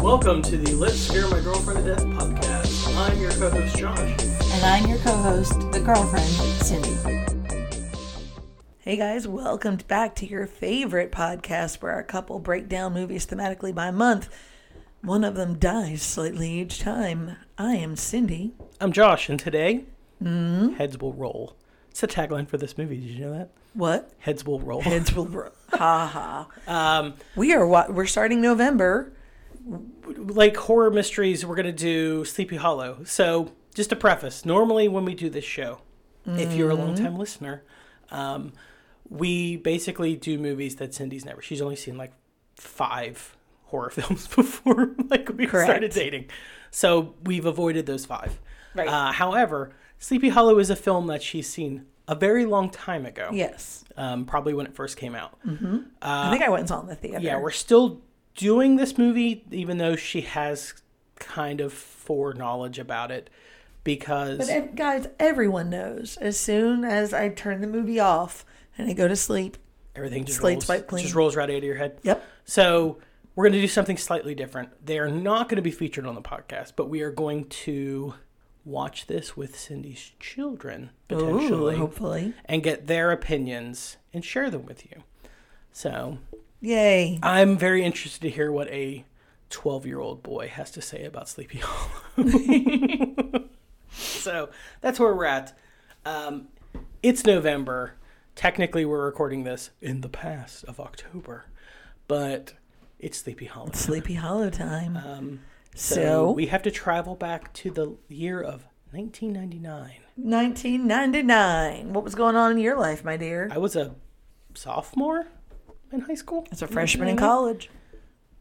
Welcome to the Let's Scare My Girlfriend to Death podcast. I'm your co host, Josh. And I'm your co host, the girlfriend, Cindy. Hey guys, welcome back to your favorite podcast where our couple break down movies thematically by month. One of them dies slightly each time. I am Cindy. I'm Josh, and today, heads will roll. It's the tagline for this movie. Did you know that? What? Heads will roll. Heads will roll. ha ha. Um, We are wa- we're starting November. like horror mysteries, we're going to do Sleepy Hollow. So, just a preface normally, when we do this show, if you're a Mm-hmm. longtime listener, um, we basically do movies that Cindy's never. She's only seen like five horror films before like we started Correct. dating. So we've avoided those five. Right. Uh, however, Sleepy Hollow is a film that she's seen a very long time ago. Yes. Um, probably when it first came out. I think I went and saw it in the theater. Uh, Yeah, we're still doing this movie, even though she has kind of foreknowledge about it because But ev- guys, everyone knows as soon as I turn the movie off and I go to sleep. everything just Slate's rolls, wiped clean. just rolls right out of your head. Yep. So we're going to do something slightly different. They are not going to be featured on the podcast, but we are going to watch this with Cindy's children Ooh, potentially hopefully. and get their opinions and share them with you. So Yay. I'm very interested to hear what a 12 year old boy has to say about Sleepy Hollow. so that's where we're at. Um, it's November. Technically, we're recording this in the past of October, but it's Sleepy Hollow. Sleepy Hollow time. Um, so, so, we have to travel back to the year of 1999. 1999. What was going on in your life, my dear? I was a sophomore in high school. As a freshman 1999? in college.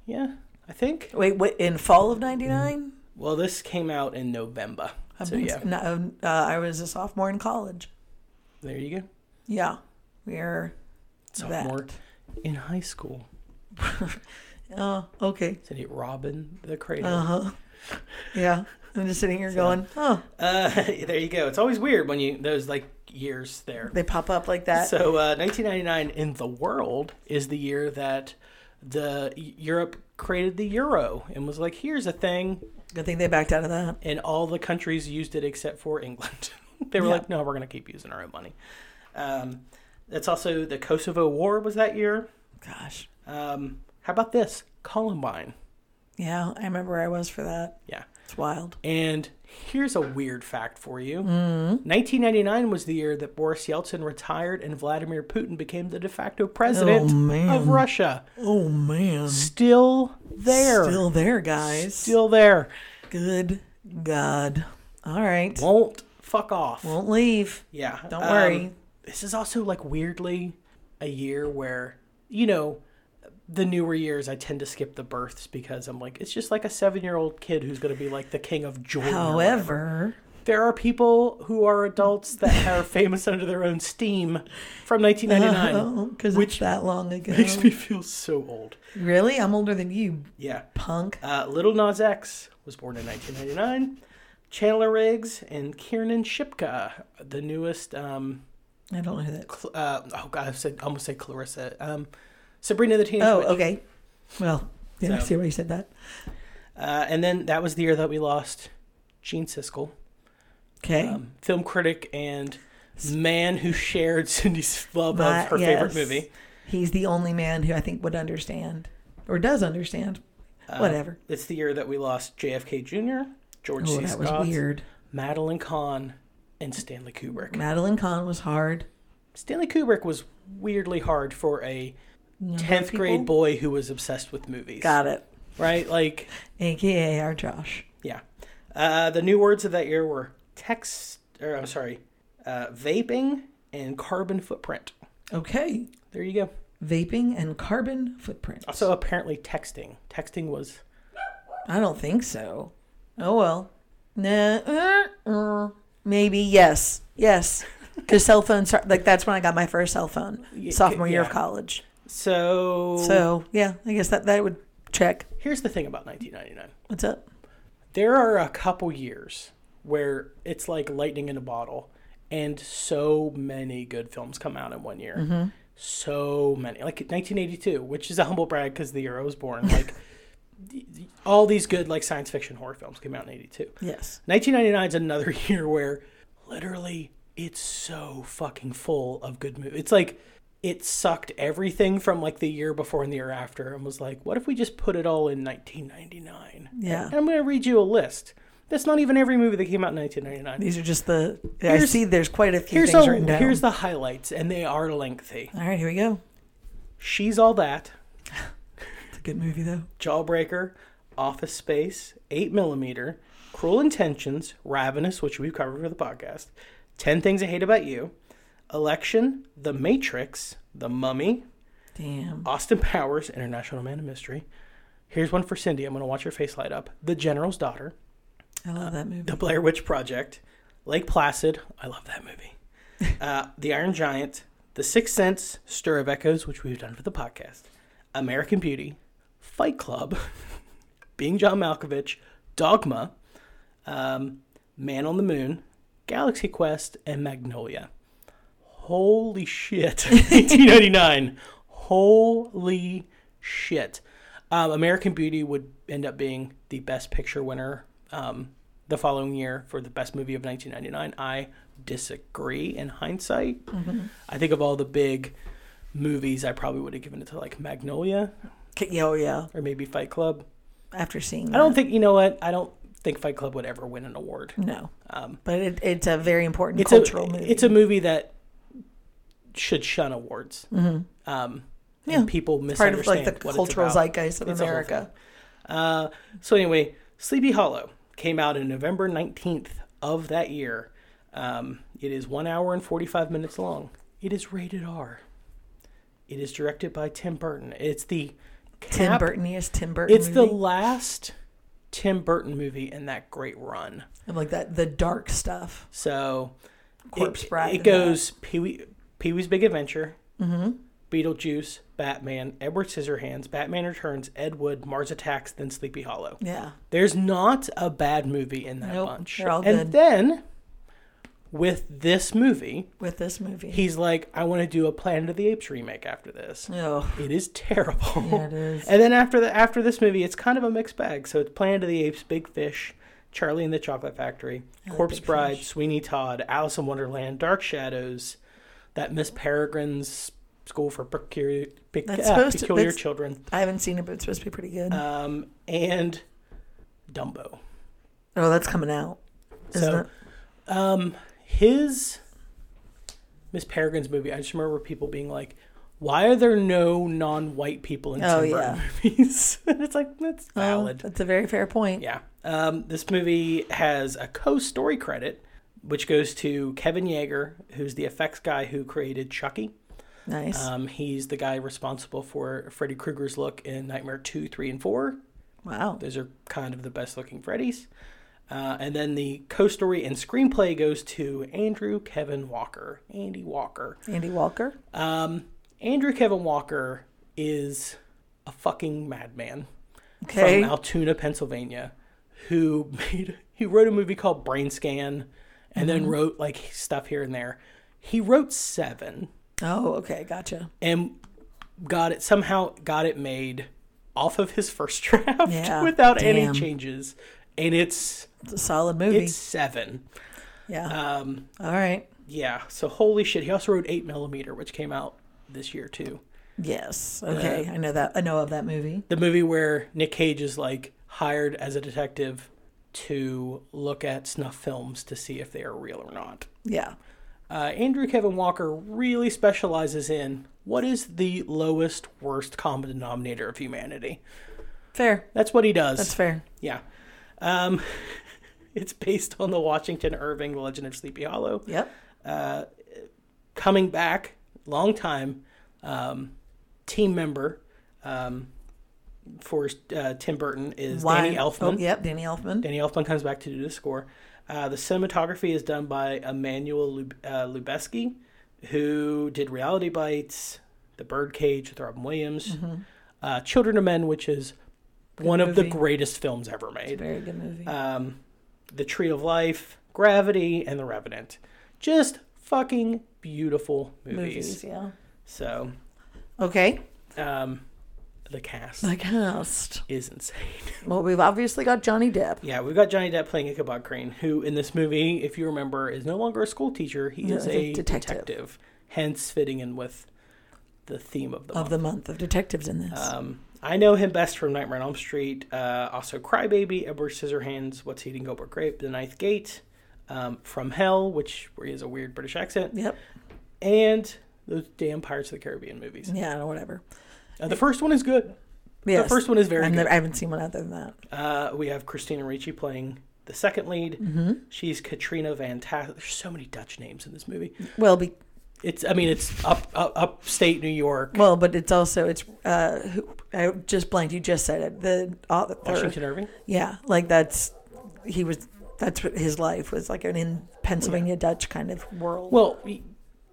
Yeah, I think. Mm-hmm. Wait, what? In fall of '99? Well, this came out in November. Mm-hmm. So yeah, No, uh, I was a sophomore in college. there you go. Yeah, we're. that. sophomore in high school. Oh, okay. Cindy Robin the Cradle. Uh huh. Yeah, I'm just sitting here going, oh, Uh, there you go. It's always weird when you those like years there. they pop up like that. So uh, 1999 in the world is the year that the E, Europe created the euro and was like, here's a thing, Good thing they backed out of that. and all the countries used it except for England. they were Yeah. like, no, we're gonna keep using our own money. Um, that's also the Kosovo War was that year. Gosh. Um, how about this Columbine? Yeah, I remember where I was for that. Yeah. It's wild. And here's a weird fact for you Mm-hmm. 1999 was the year that Boris Yeltsin retired and Vladimir Putin became the de facto president Oh, man. of Russia. Oh man. Still there. Still there, guys. Still there. Good God. All right. Won't fuck off. Won't leave. yeah. Don't Um, worry. This is also like weirdly a year where, you know, the newer years I tend to skip the births because I'm like, it's just like a seven year old kid who's going to be like the king of Jordan. or whatever. However, there are people who are adults that are famous under their own steam from 1999 because which Uh-huh. Oh, it's that long ago. makes me feel so old Really, I'm older than you, yeah punk. uh, little nas x was born in 1999 chandler riggs and kiernan shipka the newest um I don't know who that. cl- uh, oh god i said I almost said clarissa um sabrina the teenage Oh, witch okay. Well, yeah, I So- see why you said that. uh, and then that was the year that we lost gene siskel Okay. um, film critic and man who shared cindy's love My- of her yes. favorite movie He's the only man who I think would understand or does understand. Uh, Whatever. It's the year that we lost JFK Jr., George Oh, C. that Scott, was weird. Madeline Kahn, and Stanley Kubrick. Madeline Kahn was hard. Stanley Kubrick was weirdly hard for a Younger 10th grade people? boy who was obsessed with movies. Got it. Right? Like, AKA our Josh. yeah. Uh, the new words of that year were text, or I'm sorry, uh, vaping and carbon footprint. Okay. There you go. Vaping and carbon footprint. Also, apparently, texting. Texting was I don't think so. Oh well. Nah. uh, uh, maybe yes. Yes. Because cell phones are like that's when I got my first cell phone. Y- sophomore year of yeah. college. so. So yeah, I guess that that would check. Here's the thing about 1999. What's up? there are a couple years where it's like lightning in a bottle and so many good films come out in one year so many like 1982 which is a humble brag because the year i was born like all these good like science fiction horror films came out in 82. Yes. 1999 is another year where literally it's so fucking full of good movies. It's like it sucked everything from like the year before and the year after and was like, what if we just put it all in 1999? Yeah. And I'm going to read you a list. That's not even every movie that came out in 1999. These are just the. I Here's- see there's quite a few Here's, things a- written down. here's the highlights, and they are lengthy. All right, here we go. She's All That, It's a good movie, though. Jawbreaker, Office Space, 8mm, Cruel Intentions, Ravenous, which we've covered for the podcast, 10 Things I Hate About You, Election, The Matrix, The Mummy, Damn. Austin Powers, International Man of Mystery. Here's one for Cindy. I'm going to watch her face light up. The General's Daughter, I love that movie. The Blair Witch Project, Lake Placid. I love that movie. Uh, the Iron Giant, The Sixth Sense, Stir of Echoes, which we've done for the podcast, American Beauty, Fight Club, Being John Malkovich, Dogma, um, Man on the Moon, Galaxy Quest, and Magnolia. Holy shit. 1899. Holy shit. Um, American Beauty would end up being the best picture winner um, the following year for the best movie of 1999. I disagree in hindsight. Mm-hmm. I think of all the big movies, I probably would have given it to like Magnolia K- yeah, oh, yeah. or maybe Fight Club. After seeing I don't think, you know what? I don't think Fight Club would ever win an award. No. Um, But it, it's a very important it's cultural a, movie. It's a movie that should shun awards. Um, Mm-hmm. Yeah. And people part misunderstand of like the what cultural it's about. zeitgeist of It's a whole America. Uh, so anyway, Sleepy Hollow came out on November 19th of that year. Um, it is one hour and 45 minutes long. It is rated R. It is directed by Tim Burton. It's the Tim cap- Burton is Tim Burton. It's the movie. last Tim Burton movie in that great run. And, like that the dark stuff. So Corpse it, Bride It and goes Pee Wee Pee Wee's Big Adventure, Mm-hmm. Beetlejuice, Batman, Edward Scissorhands, Batman Returns, Ed Wood, Mars Attacks, then Sleepy Hollow. Yeah. There's not a bad movie in that Nope, bunch. they're all and good. then with this movie, With this movie. he's like, I want to do a Planet of the Apes remake after this. oh. It is terrible. Yeah, it is. And then after the after this movie, it's kind of a mixed bag. So it's Planet of the Apes, Big Fish, Charlie and the Chocolate Factory, like Corpse Big Bride, Fish. Sweeney Todd, Alice in Wonderland, Dark Shadows, that Miss Peregrine's School for Peculiar, Pec- That's ah, supposed to- peculiar that's- Children, I haven't seen it, but it's supposed to be pretty good. um, and Dumbo. oh, that's coming out. Isn't So, it? um, his Miss Peregrine's movie, I just remember people being like, "Why are there no non-white people in Tim Oh, Burton yeah. movies?" And it's like that's Oh, valid. that's a very fair point. yeah. Um, this movie has a co-story credit, which goes to Kevin Yeager, who's the effects guy who created Chucky. Nice. Um, he's the guy responsible for Freddy Krueger's look in Nightmare Two, Three, and Four. wow. Those are kind of the best looking Freddy's. Uh, and then the co story and screenplay goes to Andrew Kevin Walker. Andy Walker. Andy Walker. Um, Andrew Kevin Walker is a fucking madman Okay. from Altoona, Pennsylvania, who made he wrote a movie called Brain Scan and then wrote like stuff here and there. He wrote seven Oh, okay. Gotcha. and got it somehow got it made off of his first draft Yeah, without damn. any changes and it's It's a solid movie. it's seven yeah. um All right. yeah so holy shit he also wrote eight millimeter which came out this year too Yes. Okay. I know that. I know of that movie. the movie where nick cage is like hired as a detective to look at snuff films to see if they are real or not Yeah. uh, Andrew Kevin Walker really specializes in what is the lowest, worst common denominator of humanity. Fair. That's what he does. That's fair. Yeah. Um, it's based on the Washington Irving The Legend of Sleepy Hollow. Yep. Coming back, long time um, team member um, for uh, Tim Burton is Danny Why- Elfman. Oh, yep. Danny Elfman. Danny Elfman comes back to do the score. Uh, the cinematography is done by Emmanuel Lub- uh, Lubezki, who did Reality Bites, The Birdcage with Robin Williams, uh, Children of Men, which is one of the Mm-hmm. movie. greatest films ever made. Very good movie. um, The Tree of Life, Gravity, and The Revenant. Just fucking beautiful movies. Movies. Yeah. So, Okay. um, the cast The cast. is insane. Well, we've obviously got Johnny Depp. Yeah, we've got Johnny Depp playing Ichabod Crane, who in this movie, if you remember, is no longer a school teacher. He No, is he's a a detective. detective. hence fitting in with the theme of the of month. the month of detectives in this. Um, I know him best from Nightmare on Elm Street, uh, also Crybaby, Edward Scissorhands, What's Eating Gilbert Grape, The Ninth Gate, um, From Hell, which he has a weird British accent, yep. and those damn Pirates of the Caribbean movies. Yeah, whatever. Uh, the first one is good. Yes. The first one is very I've good. never- I haven't seen one other than that. Uh, we have Christina Ricci playing the second lead. She's Katrina Van Tassel. There's so many Dutch names in this movie. Well, be, It's I mean it's up, up upstate New York, well, but it's also it's uh, who, I just blanked. You just said it. The author. Washington Irving. Yeah, like that's he was. That's what his life was like an in Pennsylvania Dutch kind of world. Well,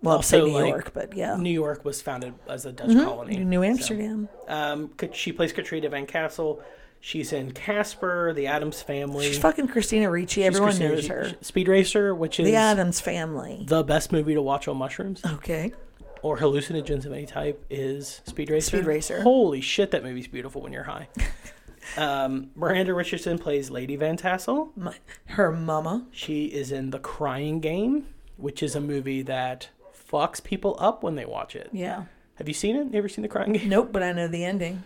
well, say also, New like, York, but yeah, New York was founded as a Dutch colony. Oh. Mm-hmm. New So, Amsterdam. um, Ka- she plays Katrina Van Castle. She's in Casper, The Adams Family. She's fucking Christina Ricci. Everyone Christina knows Ricci- her. Speed Racer, which is the Adams Family. the best movie to watch on mushrooms Okay. or hallucinogens of any type, is Speed Racer. Speed Racer. Holy shit, that movie's beautiful when you're high. um, Miranda Richardson plays Lady Van Tassel. My, her mama. She is in The Crying Game, which is a movie that fucks people up when they watch it. Yeah. Have you seen it? You ever seen The Crying Game? Nope, but I know the ending.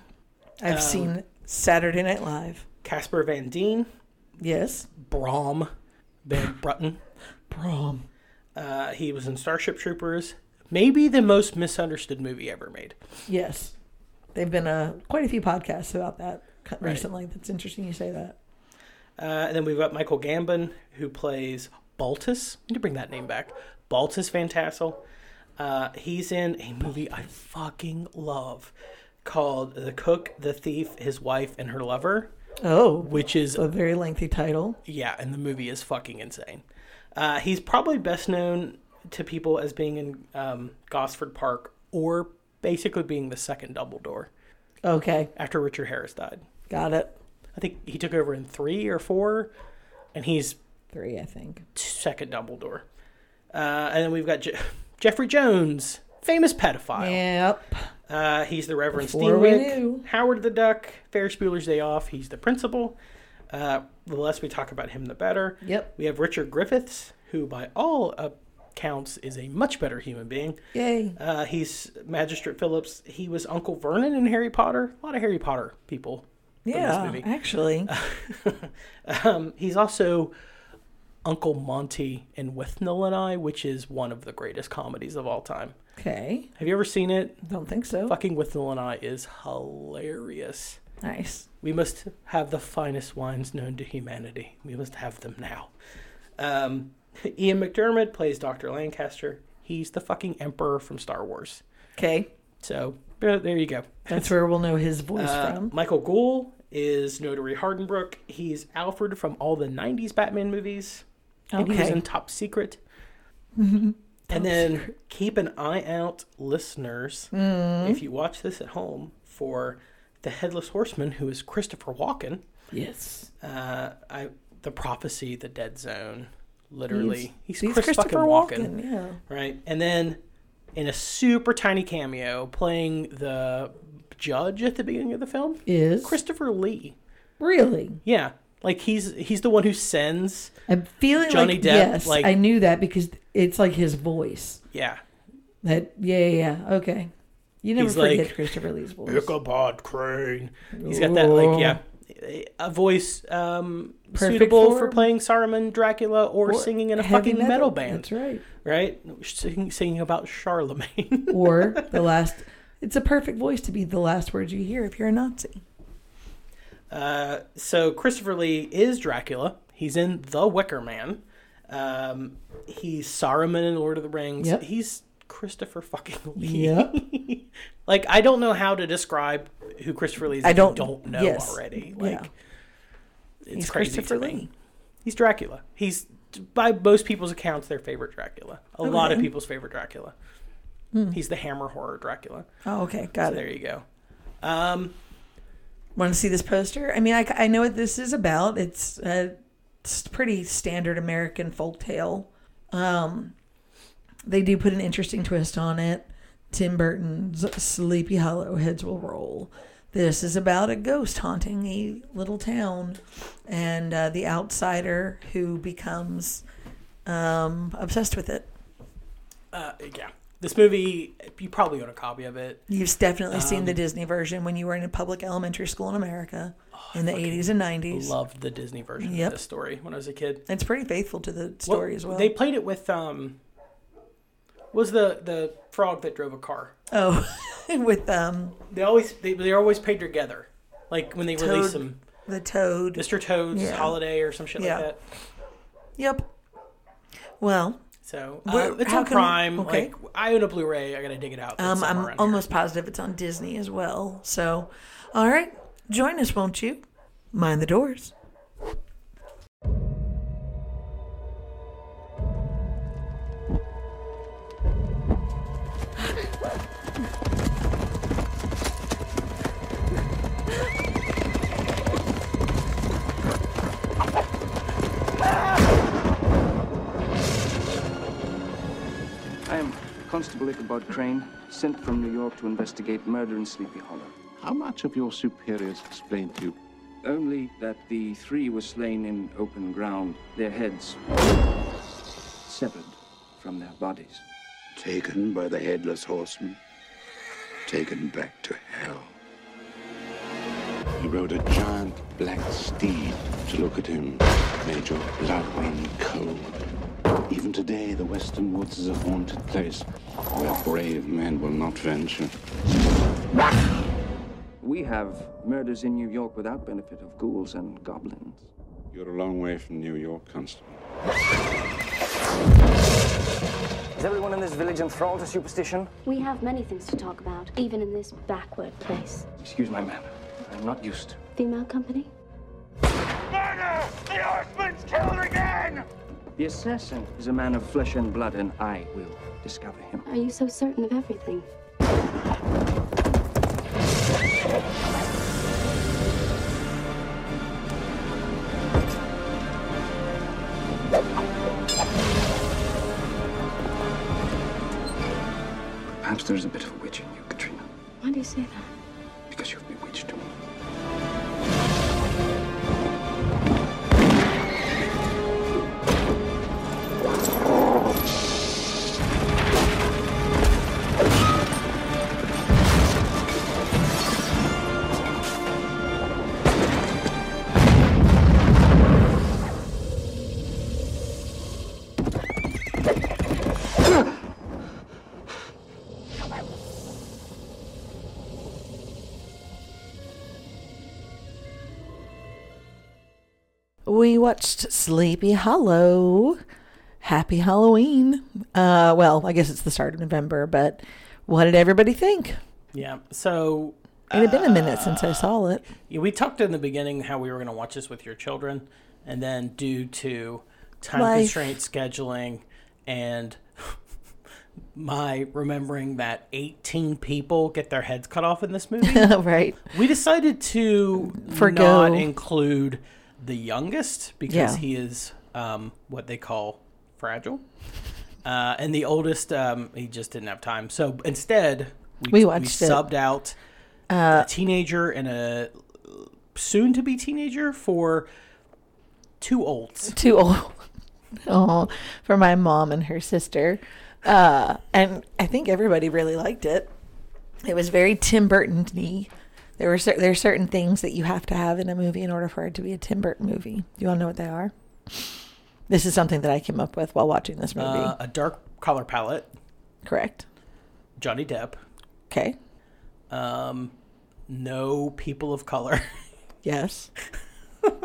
I've Oh. seen Saturday Night Live. Casper Van Dien, Yes. Brom Van Brutton. Prom. Uh, he was in Starship Troopers, maybe the most misunderstood movie ever made. Yes. They've been uh, quite a few podcasts about that cu- recently. That's interesting you say that. Uh, and then we've got Michael Gambon, who plays Baltus. I need to bring that name back. Baltus Van Tassel. Uh, he's in a movie I fucking love called The Cook, The Thief, His Wife, and Her Lover, Oh, which is, a very lengthy title. yeah, and the movie is fucking insane. Uh, he's probably best known to people as being in um, Gosford Park or basically being the second Dumbledore Okay, after Richard Harris died. got it. I think he took over in three or four, and he's Three, I think. second Dumbledore. Uh, and then we've got Je- Jeffrey Jones, famous pedophile. Yep. Uh, he's the Reverend Before we knew. Steenwick, Howard the Duck, Ferris Bueller's Day Off. He's the principal. Uh, the less we talk about him, the better. Yep. We have Richard Griffiths, who by all accounts is a much better human being. Yay. Uh, he's Magistrate Phillips. He was Uncle Vernon in Harry Potter. A lot of Harry Potter people. from this Yeah, movie. Uh, actually. Um, he's also Uncle Monty in With Noel and I, which is one of the greatest comedies of all time. Okay. Have you ever seen it? Don't think so. Fucking With Noel and I is hilarious. Nice. We must have the finest wines known to humanity. We must have them now. Um, Ian McDermott plays Dr. Lancaster. He's the fucking emperor from Star Wars. Okay. So uh, there you go. That's where we'll know his voice Uh, from. Michael Gould is Notary Hardenbrook. He's Alfred from all the 90s Batman movies. And he was Okay. in Top Secret. and then keep an eye out, listeners, Mm-hmm. if you watch this at home, for The Headless Horseman, who is Christopher Walken. Yes. Uh, I, the Prophecy, The Dead Zone. Literally, he's, He's Chris Christopher fucking Walken. Walken. Yeah. Right. And then in a super tiny cameo, playing the judge at the beginning of the film, Is Christopher Lee. really? Yeah. Like he's he's the one who sends I'm feeling Johnny like Depp, yes, like- I knew that because it's like his voice. yeah. That yeah, yeah, yeah. okay. You never He's forget like, Christopher Lee's voice. Ichabod Crane. He's got that like yeah. A voice um, Perfect suitable for- for, playing Saruman, Dracula, or, Or singing in a heavy fucking metal, That's band, right. right? Sing, singing about Charlemagne. Or the last. It's a perfect voice to be the last words you hear if you're a Nazi. Uh, so Christopher Lee is Dracula. He's in The Wicker Man. Um, he's Saruman in Lord of the Rings. Yep. He's Christopher fucking Lee. like I don't know how to describe who Christopher Lee is. I if you don't- don't know yes. already. Like Yeah. it's He's crazy Christopher to me. Lee. He's Dracula. He's by most people's accounts their favorite Dracula. Oh, A lot of Okay. people's favorite Dracula. He's the hammer horror Dracula. Hmm. Oh, okay, got So it. there you go. Um, Want to see this poster? I mean, I, I know what this is about. It's a s- pretty standard American folktale. Um, they do put an interesting twist on it. Tim Burton's Sleepy Hollow Heads Will Roll. This is about a ghost haunting a little town, and uh, the outsider who becomes um, obsessed with it. Uh, yeah. This movie, you probably own a copy of it. You've definitely seen the Disney version when you were in a public elementary school in America in the 80s and 90s. Loved the Disney version Yep. of this story when I was a kid. it's pretty faithful to the story Well, as well. They played it with um, was the the frog that drove a car. oh, with um, They always they they're always paired together, like when they release Toad. them. the toad. Mr. Toad's Yeah. Holiday or some shit Yeah. like that. Yep. Well, So Where- uh, it's how on can- Prime. okay. Like I own a Blu-ray. I gotta dig it out. It's um, somewhere I'm around here. almost positive it's on Disney as well. So, all right, join us, won't you? Mind the doors. I am Constable Ichabod Crane, sent from New York to investigate murder in Sleepy Hollow. How much of your superiors explained to you? Only that the three were slain in open ground, their heads severed from their bodies. taken by the headless horseman, taken back to hell. He rode a giant black steed. To look at him made your blood run cold. Even today, the western woods is a haunted place where brave men will not venture. We have murders in New York without benefit of ghouls and goblins. You're a long way from New York, Constable. Is everyone in this village enthralled to superstition? We have many things to talk about, even in this backward place. Excuse my manner. I'm not used to. Female company? Murder! The horseman's killed again! The assassin is a man of flesh and blood, and I will discover him. Are you so certain of everything? Perhaps there is a bit of a witch in you, Katrina, Why do you say that? because you've bewitched me. We watched Sleepy Hollow. Happy Halloween. Uh, well, I guess it's the start of November, but what did everybody think? Yeah. So uh, It had been a minute since I saw it. Yeah, we talked in the beginning how we were going to watch this with your children, and then due to time Life. constraint scheduling and my remembering that 18 people get their heads cut off in this movie, right. we decided to Forgo. not include the youngest because Yeah. he is um, what they call fragile. Uh, and the oldest, um, he just didn't have time. So instead, we, We watched it. Uh, subbed out a teenager and a soon-to-be teenager for two olds. Too old. Oh, for my mom and her sister. Uh, and I think everybody really liked it. It was very Tim Burton y. There were cer- there are certain things that you have to have in a movie in order for it to be a Tim Burton movie. You all know what they are? This is something that I came up with while watching this movie. Uh, a dark color palette, Correct. Johnny Depp. Okay. Um, no people of color. Yes.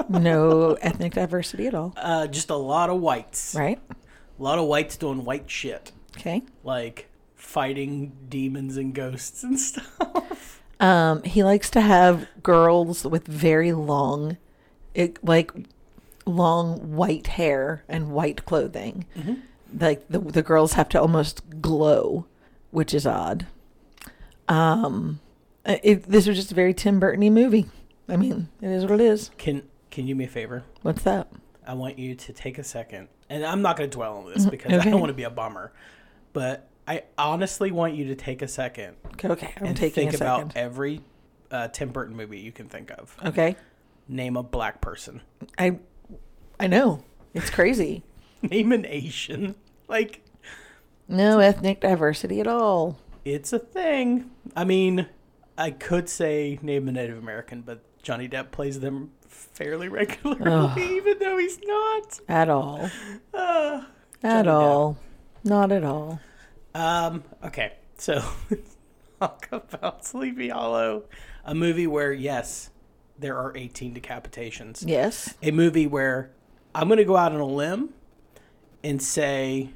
no ethnic diversity at all. Right. Uh, just a lot of whites. A lot of whites doing white shit. Okay. like fighting demons and ghosts and stuff. Um, he likes to have girls with very long, it, like long white hair and white clothing. Like the the girls have to almost glow, which is odd. Um, uh, it, this was just a very Tim Burton-y movie. I mean, it is what it is. Can can you do me a favor? What's that? I want you to take a second, and I'm not going to dwell on this because I Mm-hmm. okay. don't want to be a bummer, but I honestly want you to take a second Okay, I'm and taking think a second. about every uh, uh, Tim Burton movie you can think of. Okay. Name a black person. I I know. It's crazy. Name an Asian. Like no ethnic diversity at all. it's a thing. I mean, I could say name a Native American, but Johnny Depp plays them fairly regularly, even though he's not. At all. Uh, At Johnny all. Not at all. Um, okay, so talk about Sleepy Hollow, a movie where, yes, there are 18 decapitations. Yes. A movie where I'm going to go out on a limb and say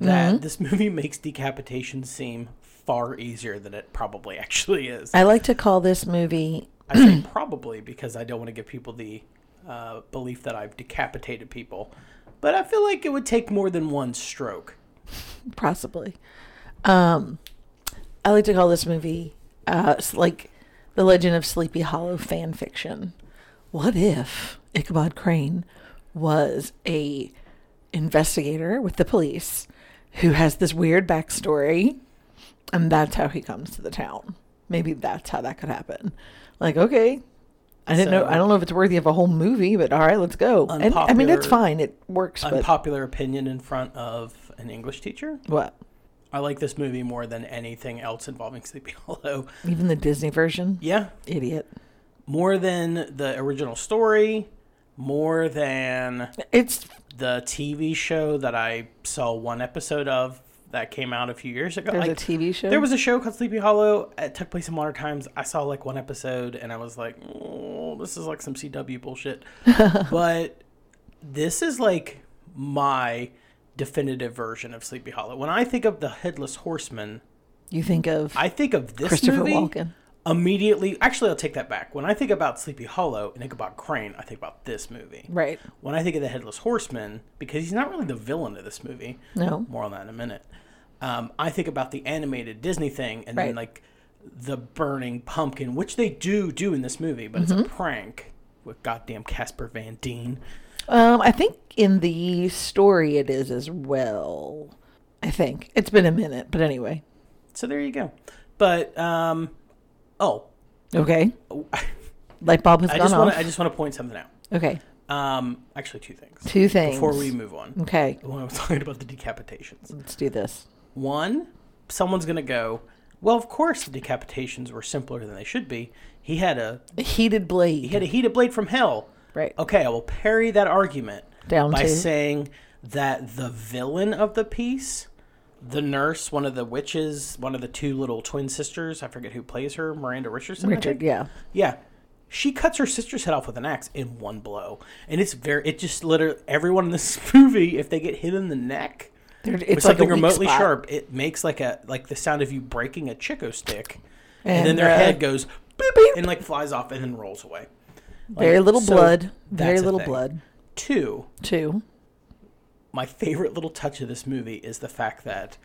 that this movie makes decapitation seem far easier than it probably actually is. I like to call this movie I say probably because I don't want to give people the uh, belief that I've decapitated people, but I feel like it would take more than one stroke. possibly. Um I like to call this movie uh s- like The Legend of Sleepy Hollow fan fiction. What if Ichabod Crane was a investigator with the police who has this weird backstory and that's how he comes to the town. Maybe that's how that could happen. Like, okay. I didn't know So- I don't know if it's worthy of a whole movie, but all right, let's go. And I mean Unpopular- it's fine. It works, but Unpopular opinion in front of an English teacher. what? I like this movie more than anything else involving Sleepy Hollow. Even the Disney version? Yeah, Idiot. more than the original story, more than It's the TV show that I saw one episode of that came out a few years ago. there's a Like, TV show. There was a show called Sleepy Hollow. It took place in modern times. I saw like one episode and I was like, oh, this is like some CW bullshit. but this is like my definitive version of Sleepy Hollow. When I think of the Headless Horseman, you think of I think of this Christopher movie Walken. immediately. Actually, I'll take that back. When I think about Sleepy Hollow and think about Crane, I think about this movie. Right. When I think of the Headless Horseman, because he's not really the villain of this movie, No. more on that in a minute. Um, I think about the animated Disney thing and Right. then like the burning pumpkin, which they do do in this movie, but Mm-hmm. it's a prank with goddamn Casper Van Dien. Um, I think in the story it is as well. I think. It's been a minute, but anyway. So there you go. But um, oh, Okay. Light bulb has I gone just off. want to I just want to point something out. Okay. Um, actually, two things. Two things. before we move on. Okay. When I was talking about the decapitations, Let's do this. one, someone's gonna go. Well, of course, the decapitations were simpler than they should be. He had a Heated blade. he had a heated blade from hell. right. Okay, I will parry that argument Down by to- saying that the villain of the piece, the nurse, one of the witches, one of the two little twin sisters, I forget who plays her, Miranda Richardson. I Richard, think? yeah. Yeah. She cuts her sister's head off with an axe in one blow. And it's very, it just literally, everyone in this movie, if they get hit in the neck There- It's with something like a weak remotely spot. sharp, it makes like a, like the sound of you breaking a Chico stick. And, then And, their uh, head goes boop, boop, and like flies off and then rolls away. Like, Very little so blood. that's Very a little thing. blood. Two, Two. my favorite little touch of this movie is the fact that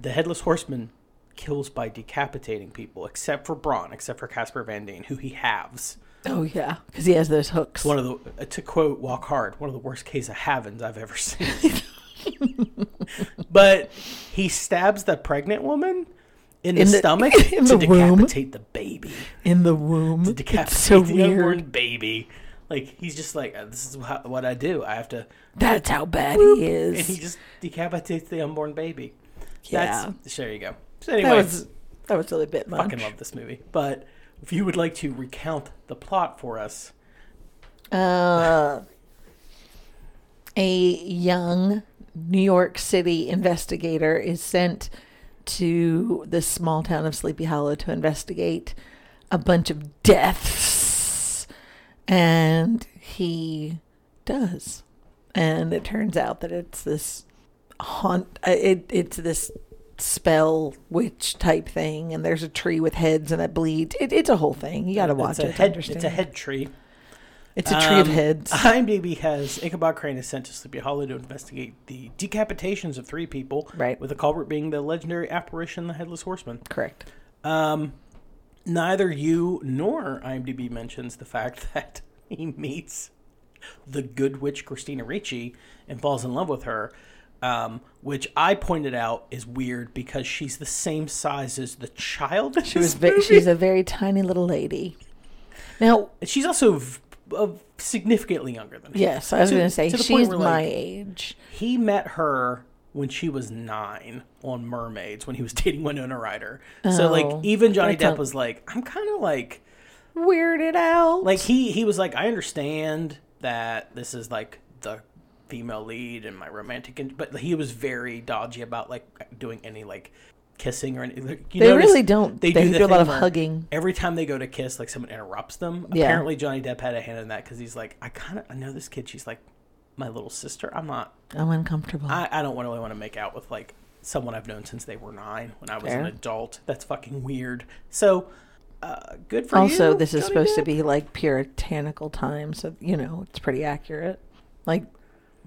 the headless horseman kills by decapitating people, except for Braun, except for Casper Van Dien, who he halves. Oh yeah, because he has those hooks. One of the, uh, to quote Walk Hard, one of the worst case of havens I've ever seen. but he stabs the pregnant woman in, the, In the- stomach in to the womb. decapitate the baby. in the womb. To decapitate it's so the weird. unborn baby. Like he's just like "Uh, this is wha- what I do. I have to That's how bad he is. and he just decapitates the unborn baby. yeah. That's, there you go. So That anyway, was that was really a bit much. fucking love this movie. But if you would like to recount the plot for us, Uh, a young New York City investigator is sent to the small town of Sleepy Hollow to investigate a bunch of deaths, and he does. And it turns out that it's this haunt. uh, It it's this spell witch type thing, and there's a tree with heads and that bleeds. It, it's a whole thing. You got to watch it's a it. to head. understand. It's a head tree. It's a tree of Um, heads. IMDb has Ichabod Crane is sent to Sleepy Hollow to investigate the decapitations of three people, Right. With the culprit being the legendary apparition, the Headless Horseman. Correct. Um, neither you nor IMDb mentions the fact that he meets the good witch Christina Ricci and falls in love with her, um, which I pointed out is weird because she's the same size as the child. in She this was ve- movie. she's a very tiny little lady. Now, She's also v- uh, significantly younger than him. yes, I was To- going to say to the point she's where, my like, age. He met her when she was nine on Mermaids when he was dating Winona Ryder. so Oh, like even Johnny that's Depp a- was like, I'm kind of like Weirded out. like he he was like I understand that this is like the female lead and my romantic, in-, but he was very dodgy about like doing any like kissing or anything. Like, you They notice really don't. They do a lot thing of where hugging. Every time they go to kiss, like someone interrupts them. Yeah. Apparently Johnny Depp had a hand in that because he's like, I kind of I know this kid. She's like my little sister. I'm not. I'm uncomfortable. I, I don't want really want to make out with like someone I've known since they were nine when I was Fair. an adult. That's fucking weird. So uh, good for you. also, this is Johnny supposed Depp. to be like puritanical time, so you know it's pretty accurate, like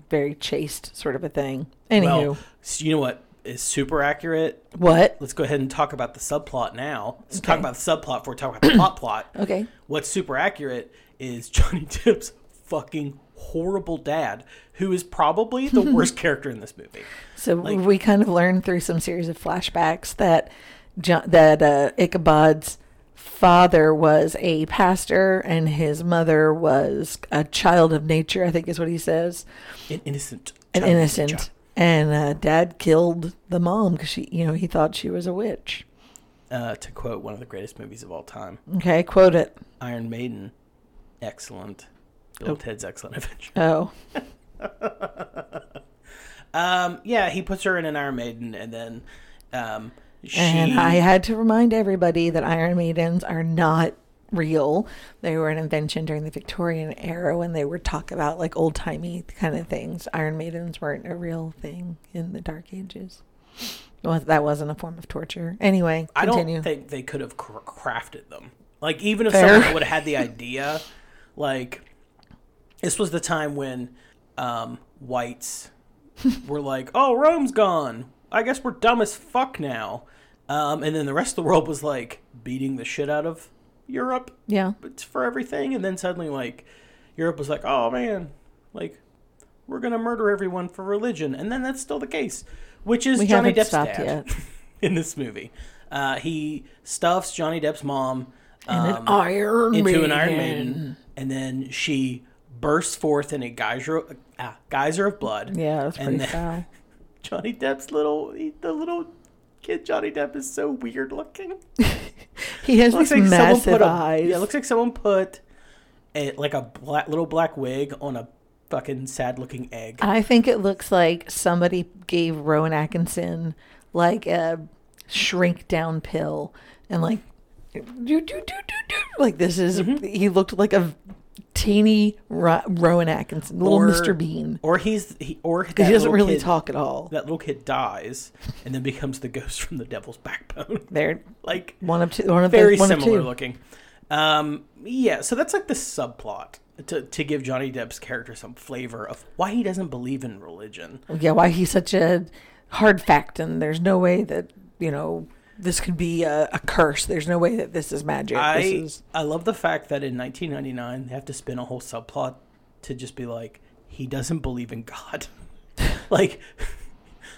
very chaste sort of a thing. Anywho, Well, s- you know what is super accurate? what? Let's go ahead and talk about the subplot now. Let's talk about the subplot before we talk about the plot plot. Okay, What's super accurate is Johnny Depp's fucking horrible dad, who is probably the worst character in this movie. so we kind of learned through some series of flashbacks that Jo- that uh, Ichabod's father was a pastor and his mother was a child of nature. I think is what he says. An innocent. an child innocent. nature. And uh, dad killed the mom because she, you know, he thought she was a witch. Uh, to quote one of the greatest movies of all time, Okay, quote it. Iron Maiden, excellent. Bill and Ted's excellent adventure. Oh, Um, yeah, he puts her in an Iron Maiden, and then um, she. and I had to remind everybody that Iron Maidens are not real. They were an invention during the Victorian era when they were talk about like old timey kind of things. Iron Maidens weren't a real thing in the Dark Ages. Well, that wasn't a form of torture. Anyway, I don't continue. think they could have cr- crafted them. Like even if Fair. someone would have had the idea, like this was the time when um, whites were like, "Oh, Rome's gone. I guess we're dumb as fuck now." Um, and then the rest of the world was like beating the shit out of Europe yeah. it's for everything and then suddenly like europe was like oh man like we're gonna murder everyone for religion and then that's still the case which is We johnny haven't depp's stopped dad in this movie uh, he stuffs johnny depp's mom And um, an Iron into Maiden. an iron maiden and then she bursts forth in a geyser, uh, geyser of blood Yeah, that's pretty and then foul. johnny depp's little he- the little kid johnny depp is so weird looking He has looks these like someone massive put eyes. a yeah, it looks like someone put a, like a black, little black wig on a fucking sad looking egg. I think it looks like somebody gave Rowan Atkinson like a shrink down pill and like do do do do do like this is Mm-hmm. he looked like a teeny Ro- Rowan Atkinson, little Or- Mr. Bean. or he's he, or Because that he doesn't little really kid- talk at all. That little kid dies and then becomes the ghost from the Devil's Backbone. They're like one of two one of very those, one similar of two. looking. Um, yeah, so that's like the subplot to to give Johnny Depp's character some flavor of why he doesn't believe in religion. Yeah, why he's such a hard fact and there's no way that, you know, this could be a, a curse. There's no way that this is magic. I this is I love the fact that in 1999 they have to spin a whole subplot to just be like he doesn't believe in God. like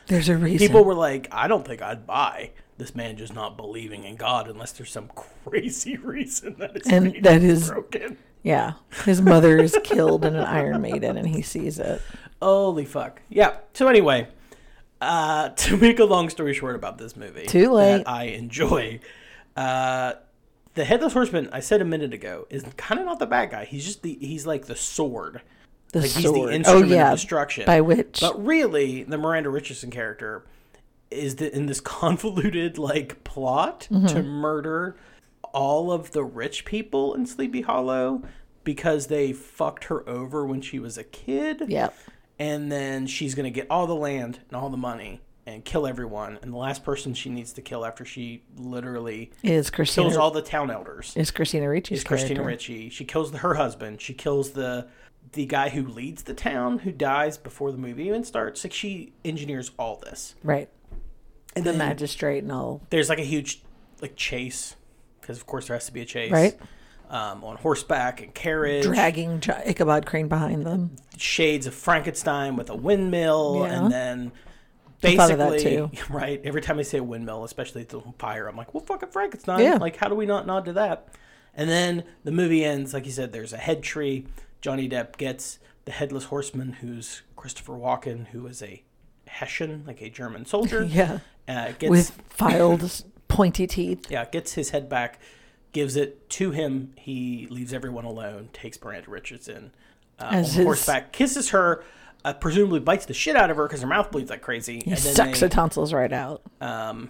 there's a reason. people were like, I don't think I'd buy this man just not believing in God unless there's some crazy reason that it's And being that is- broken. Yeah. His mother is killed in an Iron Maiden and he sees it. Holy fuck! Yeah. So anyway. Uh, to make a long story short about this movie, Too late. that I enjoy. Uh, the headless horseman, I said a minute ago, is kind of not the bad guy. He's just the he's like the sword. The like he's the sword. Oh, instrument of destruction By which but really the miranda richardson character is the, in this convoluted like plot Mm-hmm. to murder all of the rich people in sleepy hollow because they fucked her over when she was a kid Yep. and then she's going to get all the land and all the money and kill everyone and the last person she needs to kill after she literally kills is Christina all the town elders is Christina Ricci's is Christina character. Ricci. She kills her husband. She kills the the guy who leads the town who dies before the movie even starts. Like she engineers all this. Right. And The then magistrate and all. there's like a huge like chase because of course there has to be a chase. Right. um, on horseback and carriage, dragging Gi- Ichabod Crane behind them. shades of Frankenstein with a windmill, Yeah. and then I thought of that basically, too. right? Every time I say windmill, especially the fire, I'm like, well, fucking Frankenstein. Yeah. Like, how do we not nod to that? And then the movie ends, like you said, there's a head tree. Johnny Depp gets the headless horseman, who's Christopher Walken, who is a Hessian, like a German soldier. Yeah, Uh, gets with filed s- pointy teeth. yeah, gets his head back, gives it to him. He leaves everyone alone, takes Miranda Richardson uh, on As his- horseback, kisses her, uh, presumably bites the shit out of her because her mouth bleeds like crazy. He sucks they- the tonsils right out. um,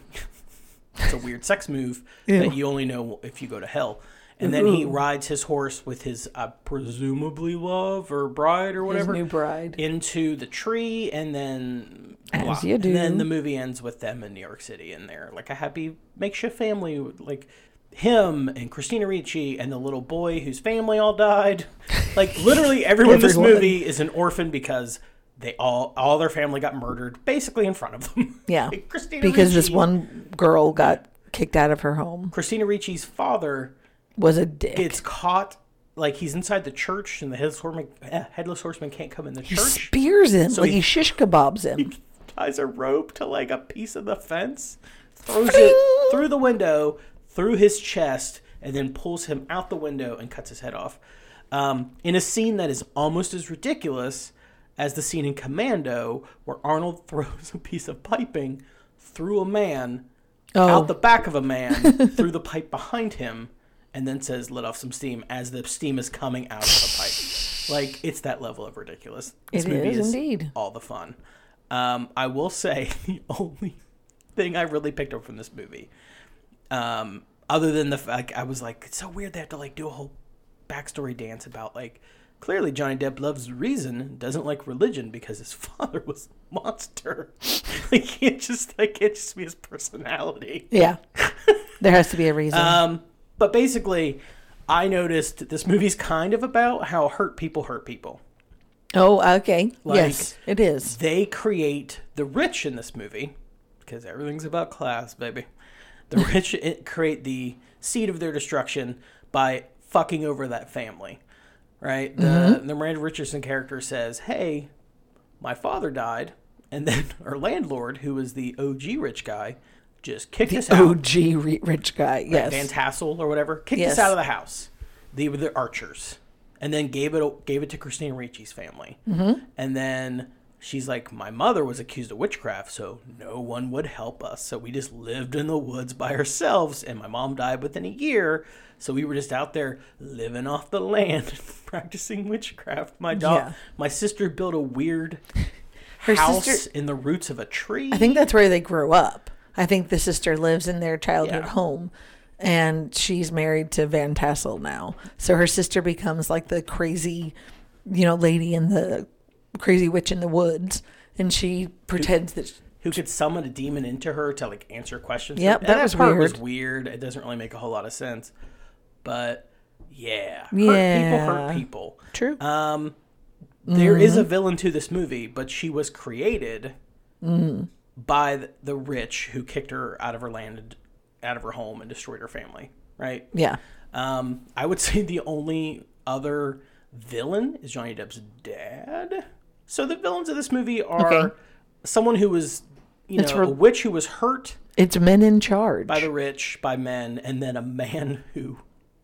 it's a weird sex move Ew. that you only know if you go to hell. And then he rides his horse with his uh, presumably love or bride or whatever new bride. into the tree, and then As you And then do. the movie ends with them in New York City, and they're like a happy makeshift family, like him and Christina Ricci and the little boy whose family all died. Like literally everyone in this Everyone. movie is an orphan because they all all their family got murdered basically in front of them. Yeah, Like, Christina because this Ricci- one girl got kicked out of her home. Christina Ricci's father Was a dick. gets caught. Like he's inside the church, and the headless horseman, eh, headless horseman can't come in the he church. spears him like he- he shish kebabs him. ties a rope to like a piece of the fence, throws Fling! it through the window, through his chest, and then pulls him out the window and cuts his head off. Um, in a scene that is almost as ridiculous as the scene in Commando, where Arnold throws a piece of piping through a man, Oh. out the back of a man, through the pipe behind him, and then says, "Let off some steam" as the steam is coming out of the pipe. Like it's that level of ridiculous. This It movie is is indeed. all the fun. Um, I will say the only thing I really picked up from this movie, um, other than the fact I was like, it's so weird they have to like do a whole backstory dance about like clearly Johnny Depp loves reason, doesn't like religion because his father was a monster. like can't just like can't just be his personality. Yeah, there has to be a reason. Um, but basically, I noticed that this movie's kind of about how hurt people hurt people. oh, okay. like- yes, it is. they create the rich in this movie because everything's about class, baby. The rich i- create the seed of their destruction by fucking over that family, right? The, the Miranda Richardson character says, "Hey, my father died," and then our landlord, who is the OG rich guy, just kicked us out. OG re- rich guy. Yes. Van Tassel or whatever, kicked Yes. us out of the house. They were the Archers, and then gave it gave it to Christina Ricci's family. Mm-hmm. And then she's like, "My mother was accused of witchcraft, so no one would help us. So we just lived in the woods by ourselves. And my mom died within a year, so we were just out there living off the land, practicing witchcraft. My dog, Yeah. my sister built a weird." Her house sister- in the roots of a tree. I think that's where they grew up. I think the sister lives in their childhood Yeah. home and she's married to Van Tassel now. So her sister becomes like the crazy, you know, lady in the crazy witch in the woods and she pretends that who could summon a demon into her to like answer questions. Yep, that was part was weird. It doesn't really make a whole lot of sense, but yeah, Yeah. hurt people hurt people. True. Um, there is Mm-hmm. a villain to this movie, but she was created Mm. by th- the rich who kicked her out of her land, and out of her home, and destroyed her family. Right? yeah. Um, I would say the only other villain is Johnny Depp's dad. So the villains of this movie are Okay. someone who was, you know, It's a re- witch who was hurt It's men in charge. by the rich, by men, and then a man who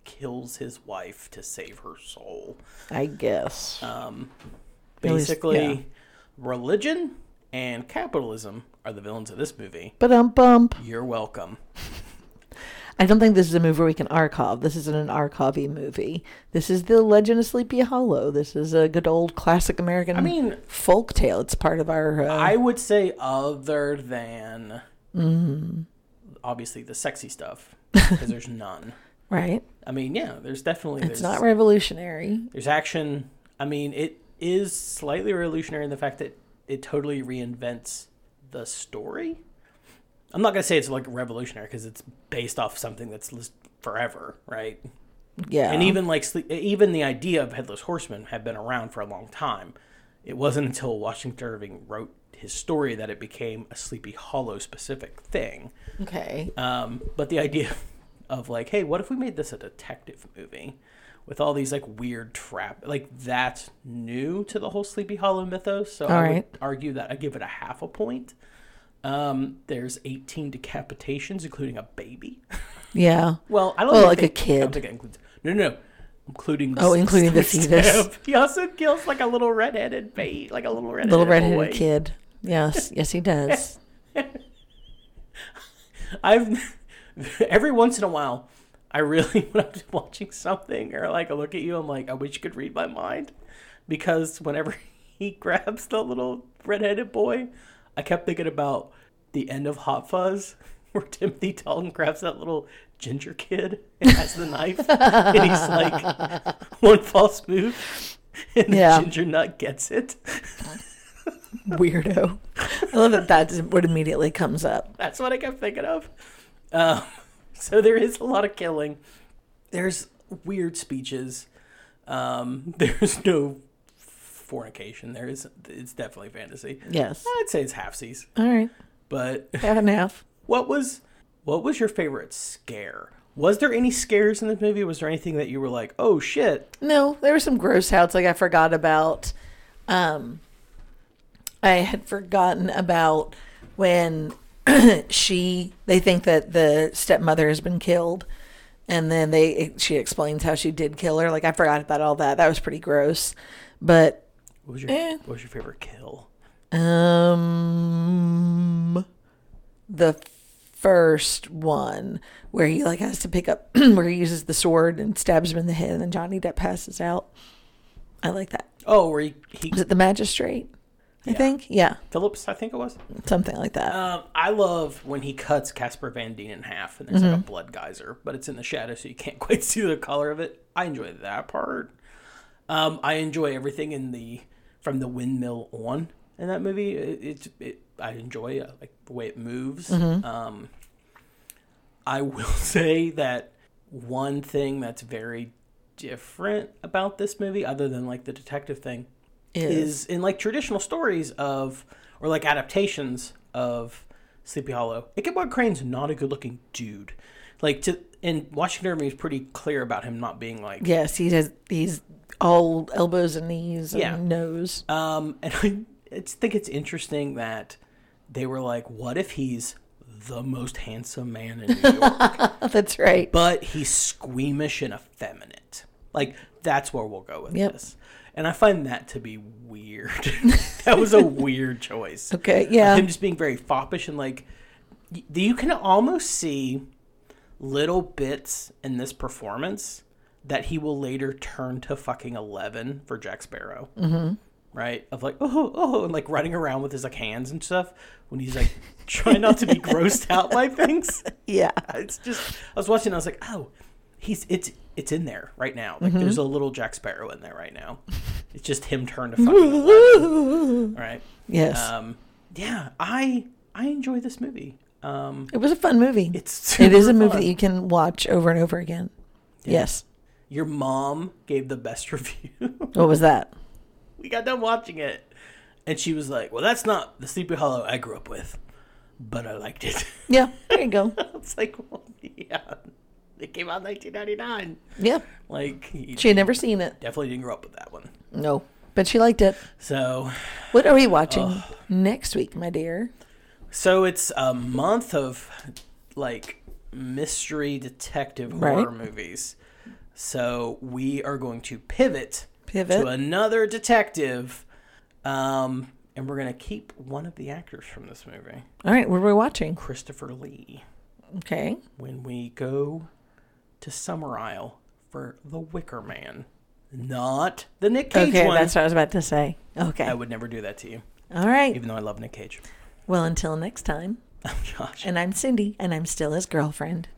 kills his wife to save her soul. I guess. least, Basically, yeah. religion and capitalism are the villains of this movie. but um bump. You're welcome. I don't think this is a movie we can archive. This isn't an archivey movie. This is the Legend of Sleepy Hollow. This is a good old classic American. I mean- folk tale. It's part of our. Uh, I would say other than Mm-hmm. obviously the sexy stuff because there's none. right. I mean, yeah, there's definitely there's, It's not revolutionary. there's action. I mean, it is slightly revolutionary in the fact that it totally reinvents the story. I'm not gonna say it's like revolutionary because it's based off something that's lis- forever, right? Yeah. And even like sle- even the idea of headless horsemen had been around for a long time. It wasn't until Washington Irving wrote his story that it became a Sleepy Hollow specific thing. okay. Um, but the idea, of like, hey, what if we made this a detective movie with all these like weird trap? Like that's new to the whole Sleepy Hollow mythos. So I right. would argue that I give it a half a point. Um, there's 18 decapitations, including a baby. Yeah. Well, I don't. Well, think like they- a kid. I don't think it includes. No, no, no. Including the Oh, including the sixth fetus. step. He also kills like a little redheaded baby, like a little redheaded Little redheaded boy. kid. Yes. Yes, he does. I've every once in a while, I really when I'm watching something or like I look at you, I'm like, I wish you could read my mind, because whenever he grabs the little redheaded boy, I kept thinking about the end of Hot Fuzz. Where Timothy Dalton grabs that little ginger kid and has the knife, and he's like, one false move, and Yeah. the ginger nut gets it. Weirdo. I love that that's what immediately comes up. That's what I kept thinking of. Um, so there is a lot of killing. There's weird speeches. Um, there's no fornication. There is. It's definitely fantasy. Yes. I'd say it's halfsies. All right. But Half and half. what was what was your favorite scare? Was there any scares in this movie? Was there anything that you were like, oh shit? No, there were some gross outs like I forgot about. Um, I had forgotten about when she they think that the stepmother has been killed, and then they she explains how she did kill her. Like I forgot about all that. That was pretty gross. But What was your Eh. what was your favorite kill? Um, the first one where he like has to pick up where he uses the sword and stabs him in the head, and then Johnny Depp passes out. I like that. Oh, where he, he Was it the magistrate? I think yeah, Uh, Phillips, I think it was. something like that. Um, I love when he cuts Casper Van Dien in half, and there's like a blood geyser, but it's in the shadow, so you can't quite see the color of it. I enjoy that part. Um, I enjoy everything in the from the windmill on in that movie. It, it, it I enjoy uh, like the way it moves. Um, I will say that one thing that's very different about this movie, other than like the detective thing, is in like traditional stories of or like adaptations of Sleepy Hollow. Ichabod Crane's not a good looking dude. Like to and Washington Irving is pretty clear about him not being like yes, he has. He's all elbows and knees and Yeah. nose. Um, and I it's, think it's interesting that they were like, what if he's the most handsome man in New York, Oh, That's right. but he's squeamish and effeminate? Like, that's where we'll go with Yep. this. And I find that to be weird. that was a weird choice. Okay, Of yeah. him just being very foppish and like, y- you can almost see little bits in this performance that he will later turn to fucking 11 for Jack Sparrow Mm-hmm. right? Of like, oh, oh, and like running around with his like hands and stuff when he's like trying not to be grossed out by things. yeah, It's just I was watching, I was like, oh, he's it's it's in there right now. Like there's Mm-hmm. a little Jack Sparrow in there right now. It's just him turned to fucking 11, right? yes. Um, yeah, I I enjoy this movie. Um, it was a fun movie. it's It is super a movie fun. that you can watch over and over again. Yes. Your mom gave the best review. What was that? we got done watching it. And she was like, Well, that's not the Sleepy Hollow I grew up with, but I liked it. Yeah, there you go. it's like, well, yeah, it came out in 1999. Yeah, Like, you she had never seen it. definitely didn't grow up with that one. No, but she liked it. So, What are we watching next week, my dear? so it's a month of like mystery detective horror Right. movies. So we are going to pivot, Pivot. to another detective, um, and we're gonna keep one of the actors from this movie, All right, what are we watching? Christopher Lee, Okay. when we go to Summer Isle for The Wicker Man, not the Nick Cage Okay, one. that's what I was about to say. I Okay. would never do that to you, All right. even though I love Nick Cage. Well, until next time, Josh. and I'm Cindy, and I'm still his girlfriend.